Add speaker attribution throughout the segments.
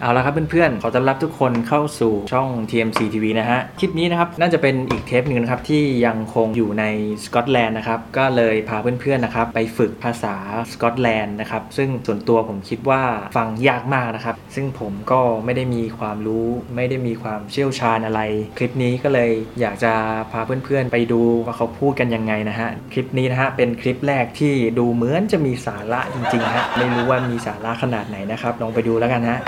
Speaker 1: เอาละครับเพื่อนๆ ขอต้อนรับทุกคนเข้าสู่ช่อง TMC TV นะฮะ คลิปนี้นะครับน่าจะเป็นอีกเทปหนึ่งนะครับที่ยังคงอยู่ในสกอตแลนด์นะครับ ก็เลยพาเพื่อนๆนะครับไปฝึกภาษาสกอตแลนด์นะครับ ซึ่งส่วนตัวผมคิดว่าฟังยากมากนะครับ ซึ่งผมก็ไม่ได้มีความรู้ไม่ได้มีความเชี่ยวชาญอะไร คลิปนี้ก็เลยอยากจะพาเพื่อนๆ ไปดูว่าเขาพูดกันยังไงนะฮะ คลิปนี้นะฮะเป็นคลิปแรกที่ดูเหมือนจะมีสาระจริงๆฮะไม่รู้ว่ามีสาระขนาดไหนนะครับลองไปดูแล้วกันฮะ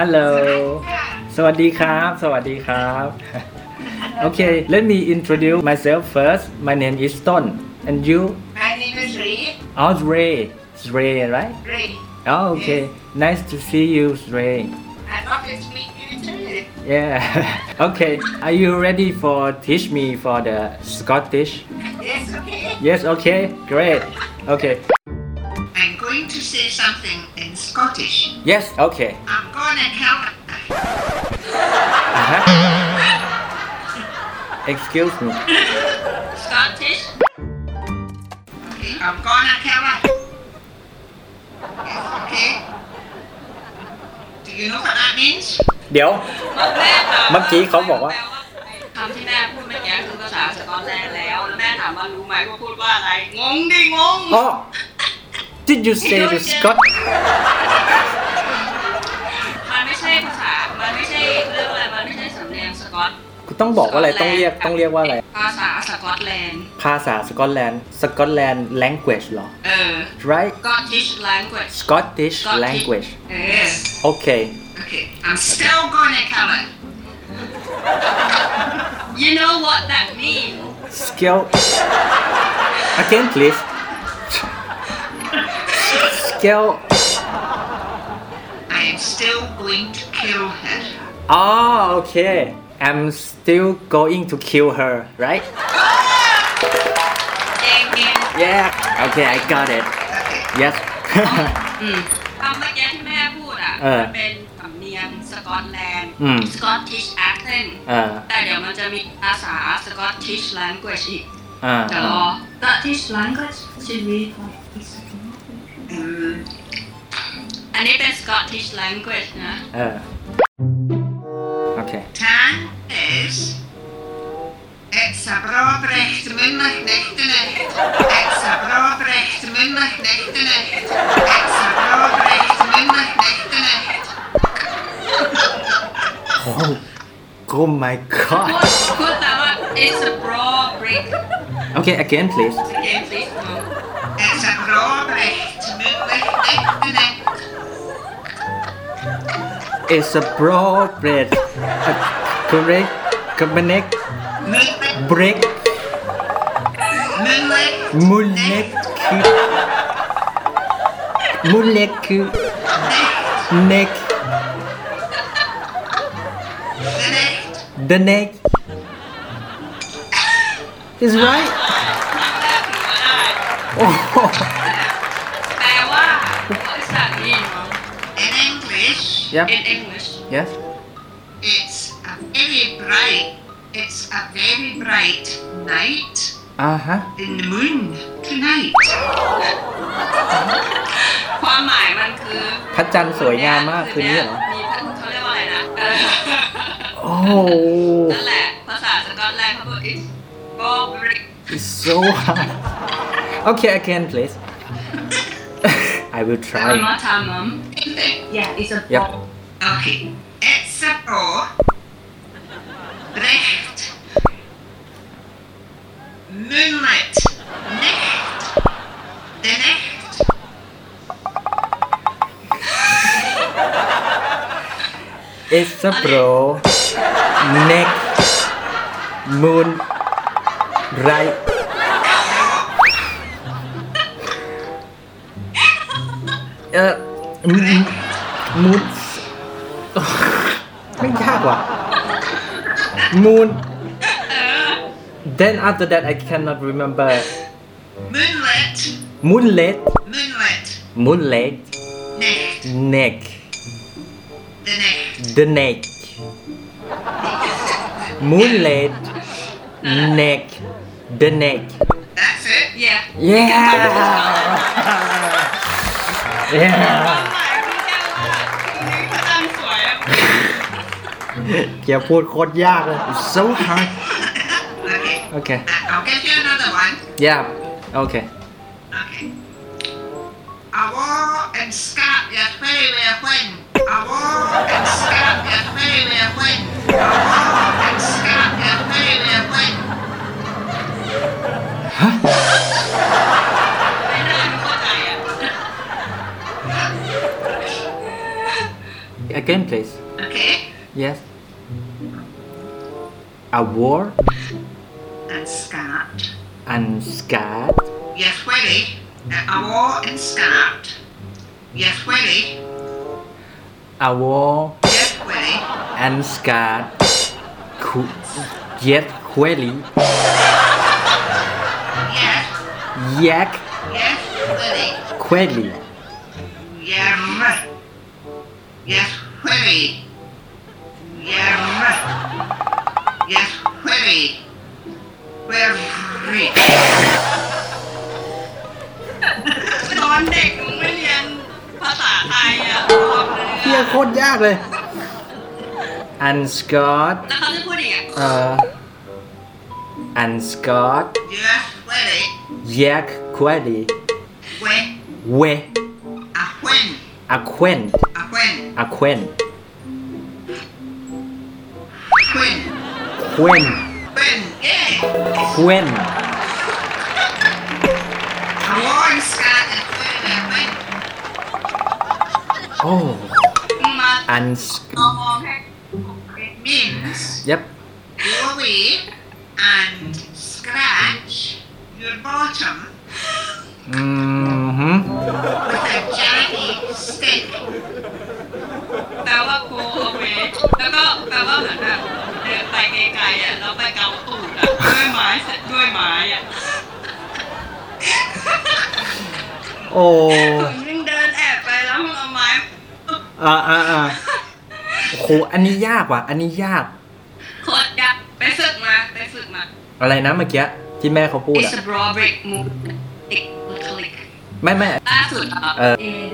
Speaker 1: ฮัลโหล สวัสดีครับ สวัสดีครับ โอเค let me introduce myself first my name is Ton and you
Speaker 2: My name is Ray.
Speaker 1: a r Ray Ray right
Speaker 2: Ray.
Speaker 1: oh okay nice to see you Ray
Speaker 2: And obviously you too.
Speaker 1: yeah okay are you ready for teach me for the Scottish
Speaker 2: Yes, okay.
Speaker 1: yes okay great okay
Speaker 2: I'm going to say something in Scottish.
Speaker 1: yes okay
Speaker 2: I'm gonna tell her.
Speaker 1: uh-huh. excuse me
Speaker 2: Scottish? Okay, I'm gonna tell her. Yes, okay. Do you know what that means?
Speaker 1: เดี๋ยว เมื่
Speaker 3: เมื่
Speaker 1: อกี้เขาบอกว่า
Speaker 3: คำที่แม่พูดเมื่อกี้คือภาษาสกอตแลนด์แล้วแล้วแม่ถามว่ารู้ไหมว่าพูดว่าอะไร งงดิงง
Speaker 1: อ๋อ Oh, did you say the Scot
Speaker 3: มันไม่ใช่ภาษา มันไม่ใช่เรื่องอะไร มันไม่ใช่สำเนียงสกอต
Speaker 1: ต้องบอกว่าอะไรต้องเรียกต้องเรียกว่าอะไร
Speaker 3: ภาษาสกอตแลนด์
Speaker 1: ภาษาสกอตแลนด์สกอตแลนด์ language เหรอ
Speaker 3: เออ
Speaker 1: right
Speaker 3: Scottish language
Speaker 1: Scottish
Speaker 3: Scottish
Speaker 1: language
Speaker 2: Yes.
Speaker 1: okay
Speaker 2: Okay, I'm still gonna tell her.
Speaker 3: you know what that means
Speaker 1: skill again please skill
Speaker 2: I am still going to kill her.
Speaker 1: oh okay I'm still going to kill her right
Speaker 3: เก่งเก่ง
Speaker 1: yeah okay I got it
Speaker 2: Okay.
Speaker 1: yes
Speaker 3: อืมคำเมื่อกี้ที่แม่พูดอ่ะ
Speaker 1: เออ
Speaker 3: มันเป็นสำเนียงสกอตแลนด์
Speaker 1: อืม
Speaker 3: Scottish accent
Speaker 1: อ่า
Speaker 3: แต่เดี๋ยวมันจะมีภาษา Scottish language อีก
Speaker 1: อ่า
Speaker 3: แต่รอ Scottish language ชีวิต
Speaker 2: Um,
Speaker 3: อันนี้เป็น Scottish language นะ
Speaker 1: เออ okay
Speaker 2: Tan is. It's a broadbrecht mundig nechtenlicht. It's a broadbrecht mundig nechtenlicht. It's a broadbrecht mundig nechtenlicht.
Speaker 1: oh oh my
Speaker 3: พู
Speaker 1: god
Speaker 3: ดพูดแต่ว่า it's a broad break
Speaker 1: okay again please
Speaker 3: again please no
Speaker 2: It's a broadbrecht mundig nechtenlicht.
Speaker 1: It's a broad bread. A correct combinate
Speaker 2: Moonlicht,
Speaker 1: break
Speaker 2: moonlight,
Speaker 1: moonlight cube. Moonlight cube. Neck.
Speaker 2: the night,
Speaker 1: The neck. Is right.
Speaker 3: ได้
Speaker 1: Oh.
Speaker 3: แปลว่าบริษัทนี้เนาะ
Speaker 2: In English,
Speaker 1: Yep.
Speaker 3: in English
Speaker 1: Yes.
Speaker 2: it's a very bright, it's a very bright night
Speaker 1: Uh huh.
Speaker 2: in the moon tonight.
Speaker 3: ความหมายมันคือ
Speaker 1: พระจันทร์สวยงามมากคืนนี้เหรอ
Speaker 3: มีพระเขาเรียกว่าอะไรนะเออ
Speaker 1: Oh.
Speaker 3: นั่นแหละ ภาษาสกอตแลนด์เขาบอก it's broad break
Speaker 1: It's so hard. Okay, again, please. I will
Speaker 3: เรา
Speaker 1: try.
Speaker 3: มาทำมั้ง yeah it's a
Speaker 1: Yep.
Speaker 3: broad
Speaker 2: Okay, it's a pro. Recht. Moonlight. Nicht. The nicht.
Speaker 1: It's a bro. Neck. Moon. Right. Uh, m- moon. ไม่ยากว่ะ Moon. Then after that I cannot remember.
Speaker 2: Moonlit.
Speaker 1: Moonlit.
Speaker 2: Moonlit.
Speaker 1: Moonlit.
Speaker 2: Nicht.
Speaker 1: Neck.
Speaker 2: The nicht.
Speaker 1: The neck. Moonlit. Neck. The neck.
Speaker 2: That's it.
Speaker 3: yeah
Speaker 1: Yeah.
Speaker 3: ความหมา
Speaker 1: เกียร์พูดโคตรยากเลย It's so hard
Speaker 2: Okay.
Speaker 1: โอเค
Speaker 2: I'll give you another one.
Speaker 1: ย่าโอเค
Speaker 2: Okay. I war and scalp your failure when. I war and scalp your failure when. I war and scalp your failure when.
Speaker 3: ไม่น่าเข้าใจอ่ะ
Speaker 1: again please
Speaker 2: Okay.
Speaker 1: yes a war
Speaker 2: And scalped.
Speaker 1: unscarred
Speaker 2: Yes, Willie. I war and scalped. Yes, Willie.
Speaker 1: a war
Speaker 2: Yes, Willie.
Speaker 1: unscarred Cu- yet query
Speaker 2: Yes.
Speaker 1: yak
Speaker 2: Yes, Willie.
Speaker 1: query
Speaker 2: Dạ, Yum. Yes, Willie. Dạ, Yum. Yes, Willie. Willie.
Speaker 3: ตอนเด็กมึงไม่เรียนภาษาไทยอ่ะบอกเลย
Speaker 1: เที่ย
Speaker 3: อะ
Speaker 1: โคตรยากเลย unscarred
Speaker 3: แล้วเขาจะพูดอย่างเงี้ย
Speaker 1: เอ่อ unscarred
Speaker 2: Yes, Willie.
Speaker 1: yak query
Speaker 2: Win.
Speaker 1: we
Speaker 2: I win.
Speaker 1: acquaint
Speaker 2: I win.
Speaker 1: acquaint
Speaker 2: Win.
Speaker 1: quen
Speaker 2: Win. Yeah.
Speaker 1: quen
Speaker 2: I won Scotland. Willie, win.
Speaker 1: โอ้
Speaker 3: มึงมา
Speaker 1: uns
Speaker 3: มองให้
Speaker 2: It means
Speaker 1: yep
Speaker 2: go away and scratch your bottom
Speaker 1: อืมฮึ
Speaker 2: with a jagged stick.
Speaker 3: แปลว่ากูโอเคแล้วก็แปลว่าเหมือนแบบเดินไปไกลๆอ่ะแล้วไปเกาตูดอ่ะด้วยไม้เสร็จด้วยไม้อ่ะ
Speaker 1: โอ้
Speaker 3: มึงเดินแอบไปแล้วมึงเอาไม้
Speaker 1: อ่าอ่าอ่าโอ้โหอันนี้ยากว่ะ อันนี้ยาก
Speaker 3: โคตรยักไปฝึกมาไปฝึกมา
Speaker 1: อะไรนะเมื่อกี้ที่แม่เขาพูด
Speaker 3: It's
Speaker 1: อ่ะ
Speaker 3: a broad break move click click
Speaker 1: ไม่ไม่
Speaker 3: ล่าสุดอ่ะ
Speaker 4: Uh,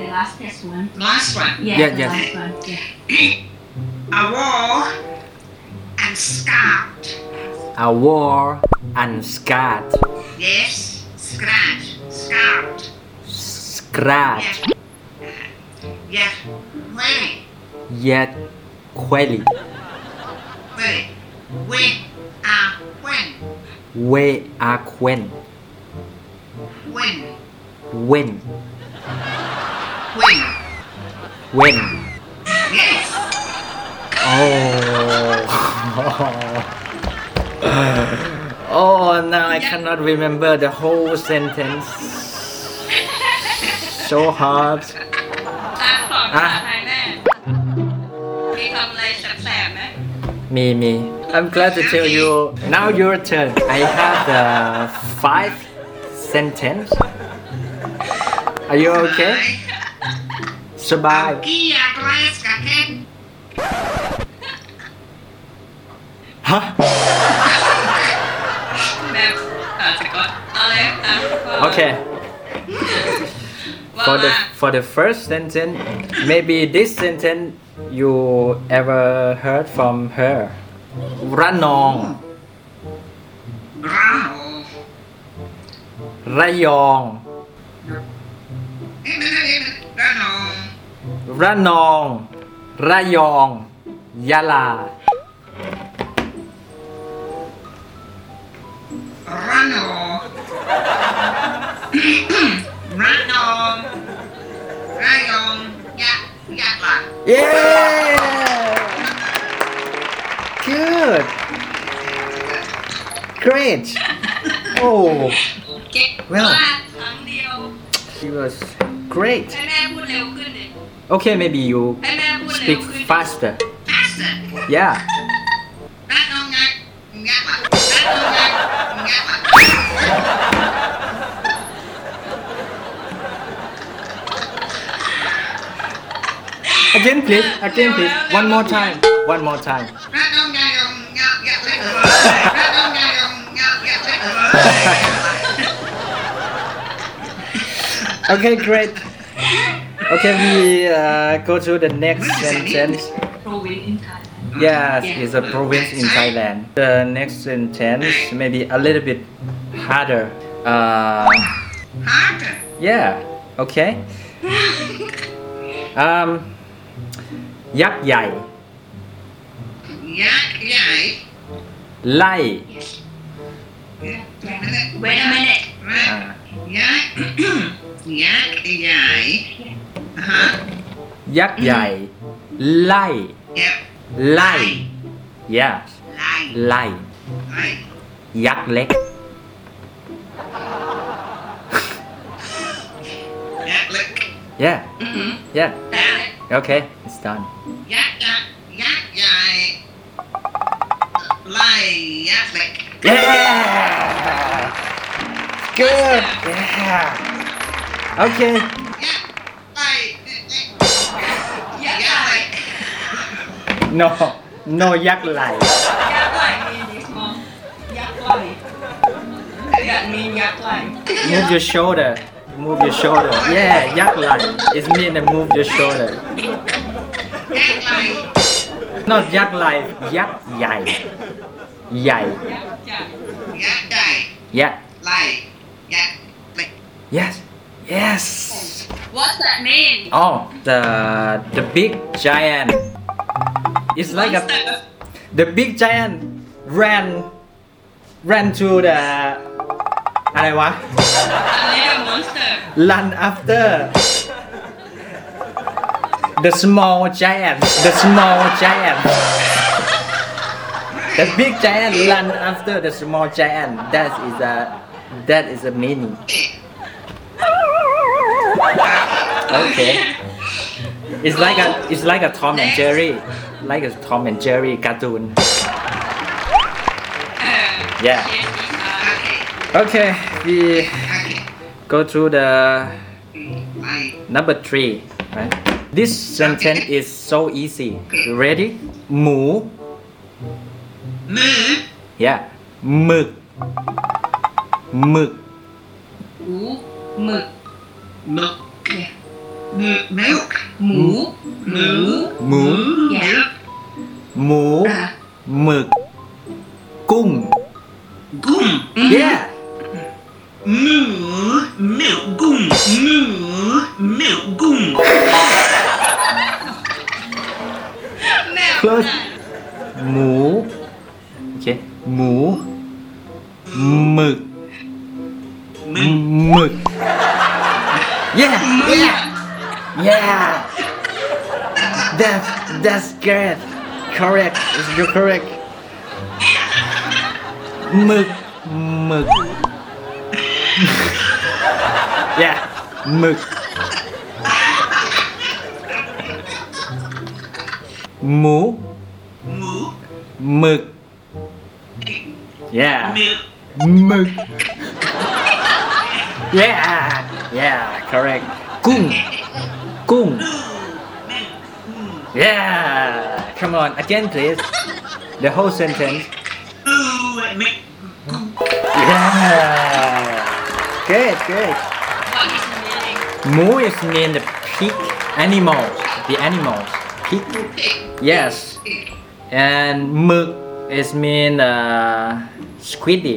Speaker 4: the last test one.
Speaker 2: Last one.
Speaker 4: Yeah,
Speaker 1: Yeah,
Speaker 4: the
Speaker 1: yeah.
Speaker 4: last one. Yeah.
Speaker 2: A wall and scarped.
Speaker 1: a war unscarred
Speaker 2: Yes, scratch, scarped.
Speaker 1: scratch
Speaker 2: Yes. Yes, Willie,
Speaker 1: yet query
Speaker 2: Willie, win, ah, win,
Speaker 1: we are quen
Speaker 2: win,
Speaker 1: when
Speaker 2: win.
Speaker 1: when Oh.
Speaker 2: Yes,
Speaker 1: โอ้ โอ้ Oh, now I cannot remember the whole sentence so hard
Speaker 3: อ่ะสอนภาษาไทยแม่มีคำอะไรแสบๆไหม
Speaker 1: me me I'm glad to tell you now your turn I have the five sentence are you okay survive
Speaker 2: Aquí atrás, Gaten.
Speaker 1: ฮะ
Speaker 3: แบบอ่ะสกอตอะไรอ่ะ
Speaker 1: โอเค
Speaker 3: ว่า
Speaker 1: for the
Speaker 3: มา
Speaker 1: for the first sentence maybe this sentence you ever heard from her ระนอง
Speaker 2: Bravo.
Speaker 1: ระยอง
Speaker 2: Bravo.
Speaker 1: ระนอง ระยอง ยะลา
Speaker 2: Rano. Rano. Dạ, Rayong. Ya, ya lah.
Speaker 1: เย้ good great oh
Speaker 3: เก่ง
Speaker 1: เวล
Speaker 3: มากครั้งเดียว
Speaker 1: she was great
Speaker 3: ให้แม่พูดเร็วขึ้นดิ
Speaker 1: okay maybe you
Speaker 3: ให้แม่พูดเร็
Speaker 1: speak
Speaker 3: วขึ้น
Speaker 1: faster
Speaker 2: Faster.
Speaker 1: yeah
Speaker 2: Rano nga. Ya lah. Rano Dạ nga. Ya lah.
Speaker 1: Again, please. Again, please. One more time. One more time.
Speaker 2: Rano Dạ, nga yung nga. Ya lah. Rano Dạ, nga yung nga. Ya lah.
Speaker 1: Okay, great. Okay, we uh, go to the next
Speaker 2: What is it?
Speaker 1: sentence.
Speaker 4: Pro win in Thailand.
Speaker 1: Yes, it's a province in Thailand. The next sentence may be a little bit harder. Uh,
Speaker 2: Harder.
Speaker 1: yeah, okay. Um, ยักษ์ใหญ่
Speaker 2: Yak yai.
Speaker 1: ไล่
Speaker 4: Wait a minute.
Speaker 2: Yak
Speaker 1: Uh,
Speaker 2: yak yai. Uh huh.
Speaker 1: ยักษ์ใหญ่ ไล่
Speaker 2: Yep.
Speaker 1: ไล่ yeah
Speaker 2: Lie.
Speaker 1: ไล่
Speaker 2: Lie.
Speaker 1: ยักษ์เล็ก
Speaker 2: Yak lick.
Speaker 1: yeah
Speaker 3: Ừ.
Speaker 1: yeah
Speaker 2: Yak.
Speaker 1: okay it's done
Speaker 2: Yak yak yak yai. Lie. Yak lick.
Speaker 1: yeah good yeah okay
Speaker 2: Yak. Lie.
Speaker 3: ยัก
Speaker 2: Yak
Speaker 3: ษ์ใหญ่
Speaker 2: lick.
Speaker 1: no no ยักษ์ไหล
Speaker 3: ยักษ์ใหญ่มีดิสมองยักษ์ใหญ่อยากมียักษ์ใหญ่
Speaker 1: move your shoulder move your shoulder yeah ยักษ์ไหล it's mean to move your shoulder
Speaker 2: Yak lie.
Speaker 1: not ยักษ์ไหลยักษ์ใหญ่ ใหญ่
Speaker 3: ยักษ์ให
Speaker 2: Yak yai.
Speaker 3: ญ่
Speaker 1: yeah
Speaker 2: Lie. Yak lick.
Speaker 1: yes yes
Speaker 3: What's that mean
Speaker 1: Oh, the the big giant. It's like a
Speaker 3: Monster.
Speaker 1: the big giant ran ran to the อะไรวะ
Speaker 3: อันนี้ the monster
Speaker 1: run after the small giant the small giant the big giant run after the small giant that is a that is a meaning okay it's like a it's like a Tom and Jerry like a Tom and Jerry cartoon
Speaker 3: เออ
Speaker 1: yeah
Speaker 3: Yes, yes, yes.
Speaker 2: Okay.
Speaker 1: okay we
Speaker 2: Okay.
Speaker 1: go through the
Speaker 3: Ừ.
Speaker 2: Lie.
Speaker 1: Number three, right? This sentence is so easy. You ready? หมู
Speaker 2: Moo.
Speaker 1: yeah หมึก หมึก
Speaker 3: หมูหมึก
Speaker 2: Milk. Moo. Milk.
Speaker 3: หมูหมู
Speaker 1: ห
Speaker 2: Moo.
Speaker 1: มู
Speaker 2: Milk.
Speaker 1: หมู หมึก กุ้ง
Speaker 2: Goom.
Speaker 1: yeah
Speaker 2: Moo. Milk. Goom. Moo. Milk. Goom.
Speaker 3: แมว
Speaker 1: close หมู โอเค หมู หมึก หมึก yeah yeah yeah that that's good correct you're correct หมึก หมึก yeah หมึก หมู
Speaker 2: Moo.
Speaker 1: หมึก yeah
Speaker 2: Milk.
Speaker 1: หมึก yeah yeah correct กุ้ง กุ้ง yeah come on again please the whole sentence
Speaker 2: Moo. Milk.
Speaker 1: yeah good good
Speaker 3: What is meaning
Speaker 1: moo is mean the pig animals the animals pig yes and หมึก is mean uh, squiddy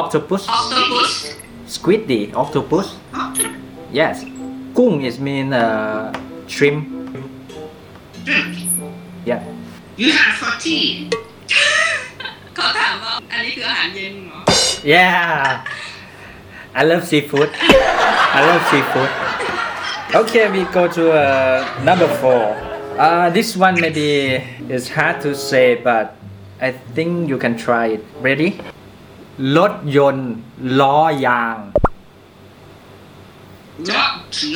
Speaker 1: octopus
Speaker 3: octopus
Speaker 1: squiddy octopus yes กุ้ง is mean uh, shrimp
Speaker 2: Drink.
Speaker 1: yeah
Speaker 2: You had for tea.
Speaker 3: เขาถามว่าอันนี้คืออาหารเย็นเหรอ
Speaker 1: Yeah. I love seafood. I love seafood. Okay, we go to uh, number four. Uh, this one maybe is hard to say, but I think you can try it. Ready? รถยนต์ล้อยาง
Speaker 2: Lot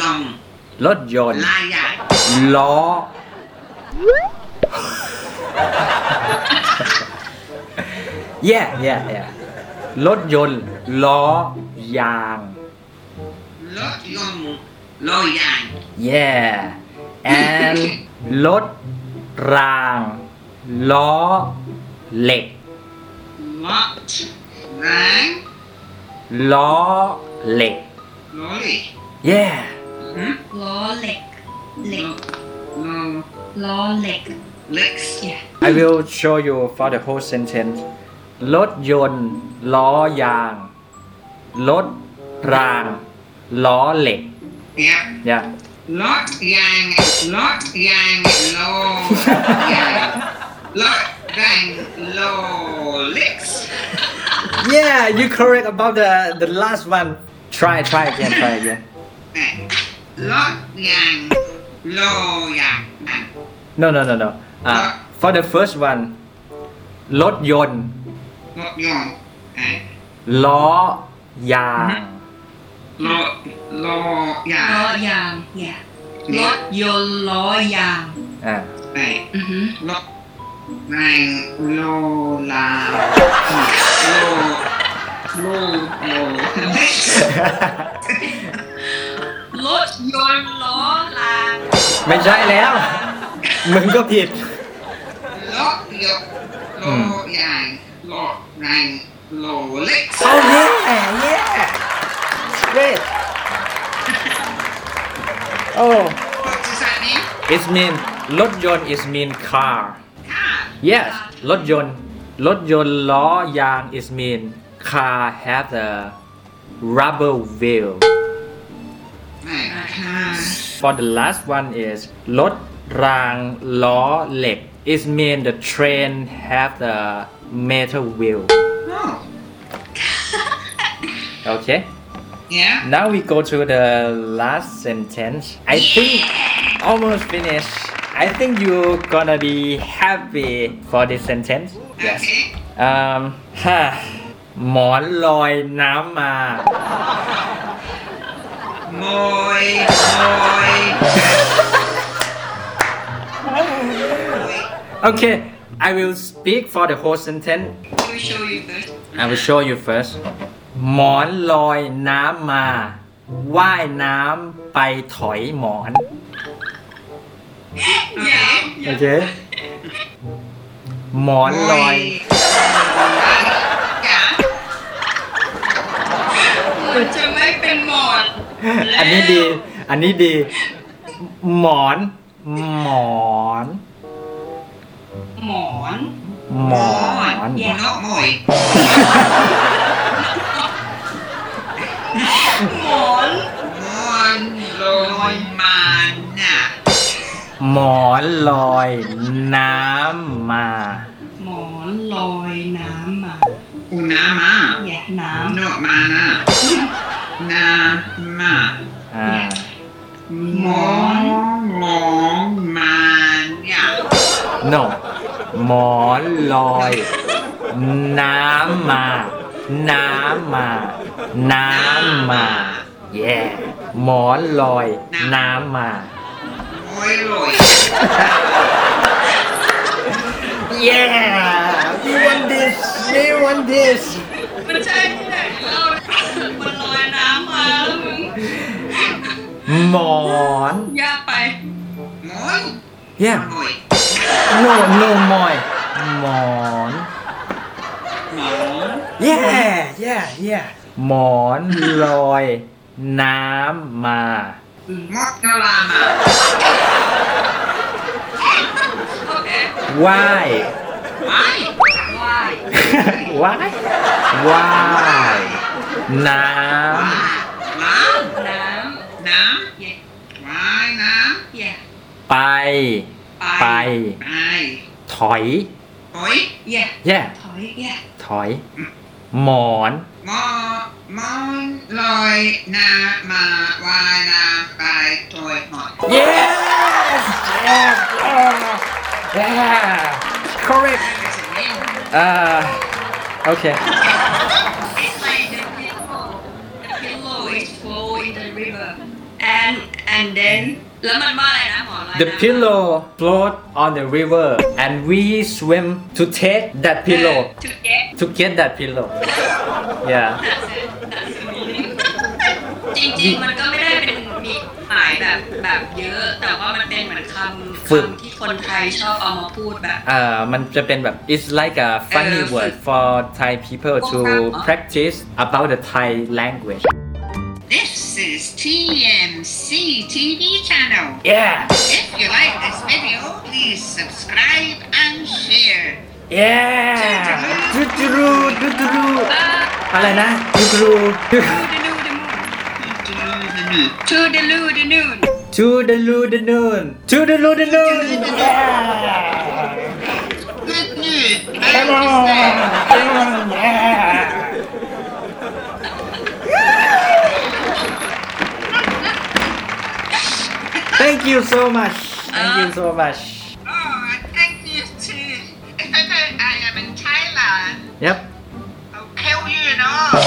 Speaker 2: young.
Speaker 1: รถยนต์
Speaker 2: Liar.
Speaker 1: ล้อ yeah yeah yeah รถยนต์ล้อยาง
Speaker 2: Lot young. Loyan.
Speaker 1: Yeah and รถราง ล้อเหล็ก
Speaker 2: Lot. Rang.
Speaker 1: ล้อเหล็ก
Speaker 2: Lolly.
Speaker 1: Yeah
Speaker 3: ล้อเหล็ก เหล็ก
Speaker 2: Lo. Lo.
Speaker 3: ล้อเหล็ก
Speaker 2: Licks.
Speaker 4: Yeah.
Speaker 1: I will show you for the whole sentence รถยนต์ล้อยาง รถราง ล้อเหล็ก
Speaker 2: Yeah.
Speaker 1: เนี่ย
Speaker 2: Lot yang, lot yang, low. yang. Lot yang, low. Licks.
Speaker 1: yeah you correct about the the last one try try again try again
Speaker 2: Eh, Lot yang, low yang.
Speaker 1: no no no no uh, for the first one รถยนต์
Speaker 2: Lot yang. eh,
Speaker 1: ล้อยาง
Speaker 2: Lot, low
Speaker 4: ล้อ
Speaker 2: yang.
Speaker 4: ยาง yeah รถ
Speaker 2: Lot
Speaker 4: ยนต์ล้อยาง
Speaker 1: อ่า
Speaker 2: eh,
Speaker 4: อือฮึ
Speaker 2: Lot yang, low la. à, Low, low, low. Licks.
Speaker 3: รถยนต์ล้อลาง
Speaker 1: ไม่ใช่แล้ว มึงก็ผิด
Speaker 2: Lot yang, low yang. Lot yang, low. Licks.
Speaker 1: Oh yeah, yeah. Great. Oh.
Speaker 2: What does that mean?
Speaker 1: It's mean รถยนต์ is mean car.
Speaker 2: Car.
Speaker 1: Yes. รถยนต์รถยนต์ล้อยาง is mean car have the rubber wheel.
Speaker 2: Right. Car.
Speaker 1: For the last one is รถรางล้อเหล็ก is mean the train have the metal wheel.
Speaker 2: Oh.
Speaker 1: Okay.
Speaker 2: Yeah.
Speaker 1: Now we go to the last sentence. I think almost finished. I think you're gonna be happy for this sentence.
Speaker 2: Okay.
Speaker 1: Um, ฮ่าหมอนลอยน้ำมา
Speaker 2: Moi, moi.
Speaker 1: Okay, I will speak for the whole sentence.
Speaker 2: We show you first.
Speaker 1: I will show you first. หมอนลอยน้ำมา ว่ายน้ำไปถอยหมอน
Speaker 2: Okay.
Speaker 1: โอเค หมอนลอย
Speaker 2: Moi. Yeah.
Speaker 3: เหมือนจะไม่เป็นหมอน
Speaker 1: อันนี้ดี อันนี้ดี หมอน หมอน
Speaker 3: หมอน
Speaker 1: หมอน
Speaker 2: Yeah. Not moi.
Speaker 3: หมอน
Speaker 2: Mon, loi, man.
Speaker 1: หมอนลอยน้ำมา
Speaker 4: หมอนลอยน้ำมา
Speaker 2: Una ma.
Speaker 4: อย่าน้
Speaker 2: Not mana. Na ma.
Speaker 1: อ่า
Speaker 2: Mon, long, man. Yeah.
Speaker 1: no หมอนลอย น้ำมา น้ำมา น้ำมา yeah หมอนลอย น้ำมา
Speaker 2: Moi, loi.
Speaker 1: yeah we want this we want this
Speaker 3: มันใช่ที่ไหนเรามันลอยน้ำมาแล้วมึง
Speaker 1: หมอน
Speaker 3: ยากไป
Speaker 2: Moi.
Speaker 1: yeah
Speaker 2: Moi.
Speaker 1: โนโนมอยหมอน
Speaker 2: Mon.
Speaker 1: แย่แย่แย่หมอนลอย น้ำมา
Speaker 2: Mokalama.
Speaker 3: โอเค
Speaker 1: ว่าย
Speaker 2: Why?
Speaker 3: ว่าย
Speaker 1: ว่ายว่ายน้ำ
Speaker 2: Lam.
Speaker 3: น้
Speaker 2: Nam.
Speaker 3: ำเย็ด
Speaker 2: Why nam?
Speaker 3: เย็ด
Speaker 1: ไปไ
Speaker 3: ไป
Speaker 1: ป
Speaker 2: Why?
Speaker 1: ถอย
Speaker 2: Oi.
Speaker 3: เย็ด
Speaker 1: แย่
Speaker 4: ำถอยอย่า
Speaker 1: ถอย หมอน
Speaker 2: Mo. Mon. Loi. Na. Ma. Why nam? By. Toy. Mon.
Speaker 1: yes yes yeah yeah correct
Speaker 2: That's a name.
Speaker 1: uh okay
Speaker 3: ไอ้ไปเด็ดที่โฟ pillow is fall in the river and and then แล้วมันว่าอะไรนะหมอลอย
Speaker 1: the
Speaker 3: น้ำ
Speaker 1: pillow float on the river and we swim to take that pillow
Speaker 3: to get
Speaker 1: to get that pillow yeah
Speaker 3: จริงๆ มันก็ไม่ได้เป็นมีหมายแบบแบบเยอะ แต่ว่ามันเป็นเหมือนคำ
Speaker 1: ฝึก
Speaker 3: คำที่คนไทยชอบเอามาพูดแบบ
Speaker 1: อ่า uh, มันจะเป็นแบบ it's like a funny
Speaker 3: เออ
Speaker 1: word for Thai people to
Speaker 3: วงการเหรอ
Speaker 1: practice about the Thai language
Speaker 2: This is TMC TV channel.
Speaker 1: yeah
Speaker 2: If you like this video, please please subscribe and share.
Speaker 1: เย้จุดจุรูจุดจุรูอะไรนะจุดจุรู
Speaker 4: ทูเดลูเดนูน
Speaker 1: จูดะลูดะนูนจูดะลูดะนูน
Speaker 2: Good news.
Speaker 1: เย้
Speaker 2: I
Speaker 1: เย้ Thank you so much Thank you so much
Speaker 2: Oh, thank you too. If ever I am in Thailand,
Speaker 1: Yep
Speaker 2: I'll kill you and all.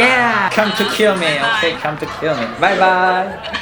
Speaker 1: Yeah come to kill me okay come to kill me bye bye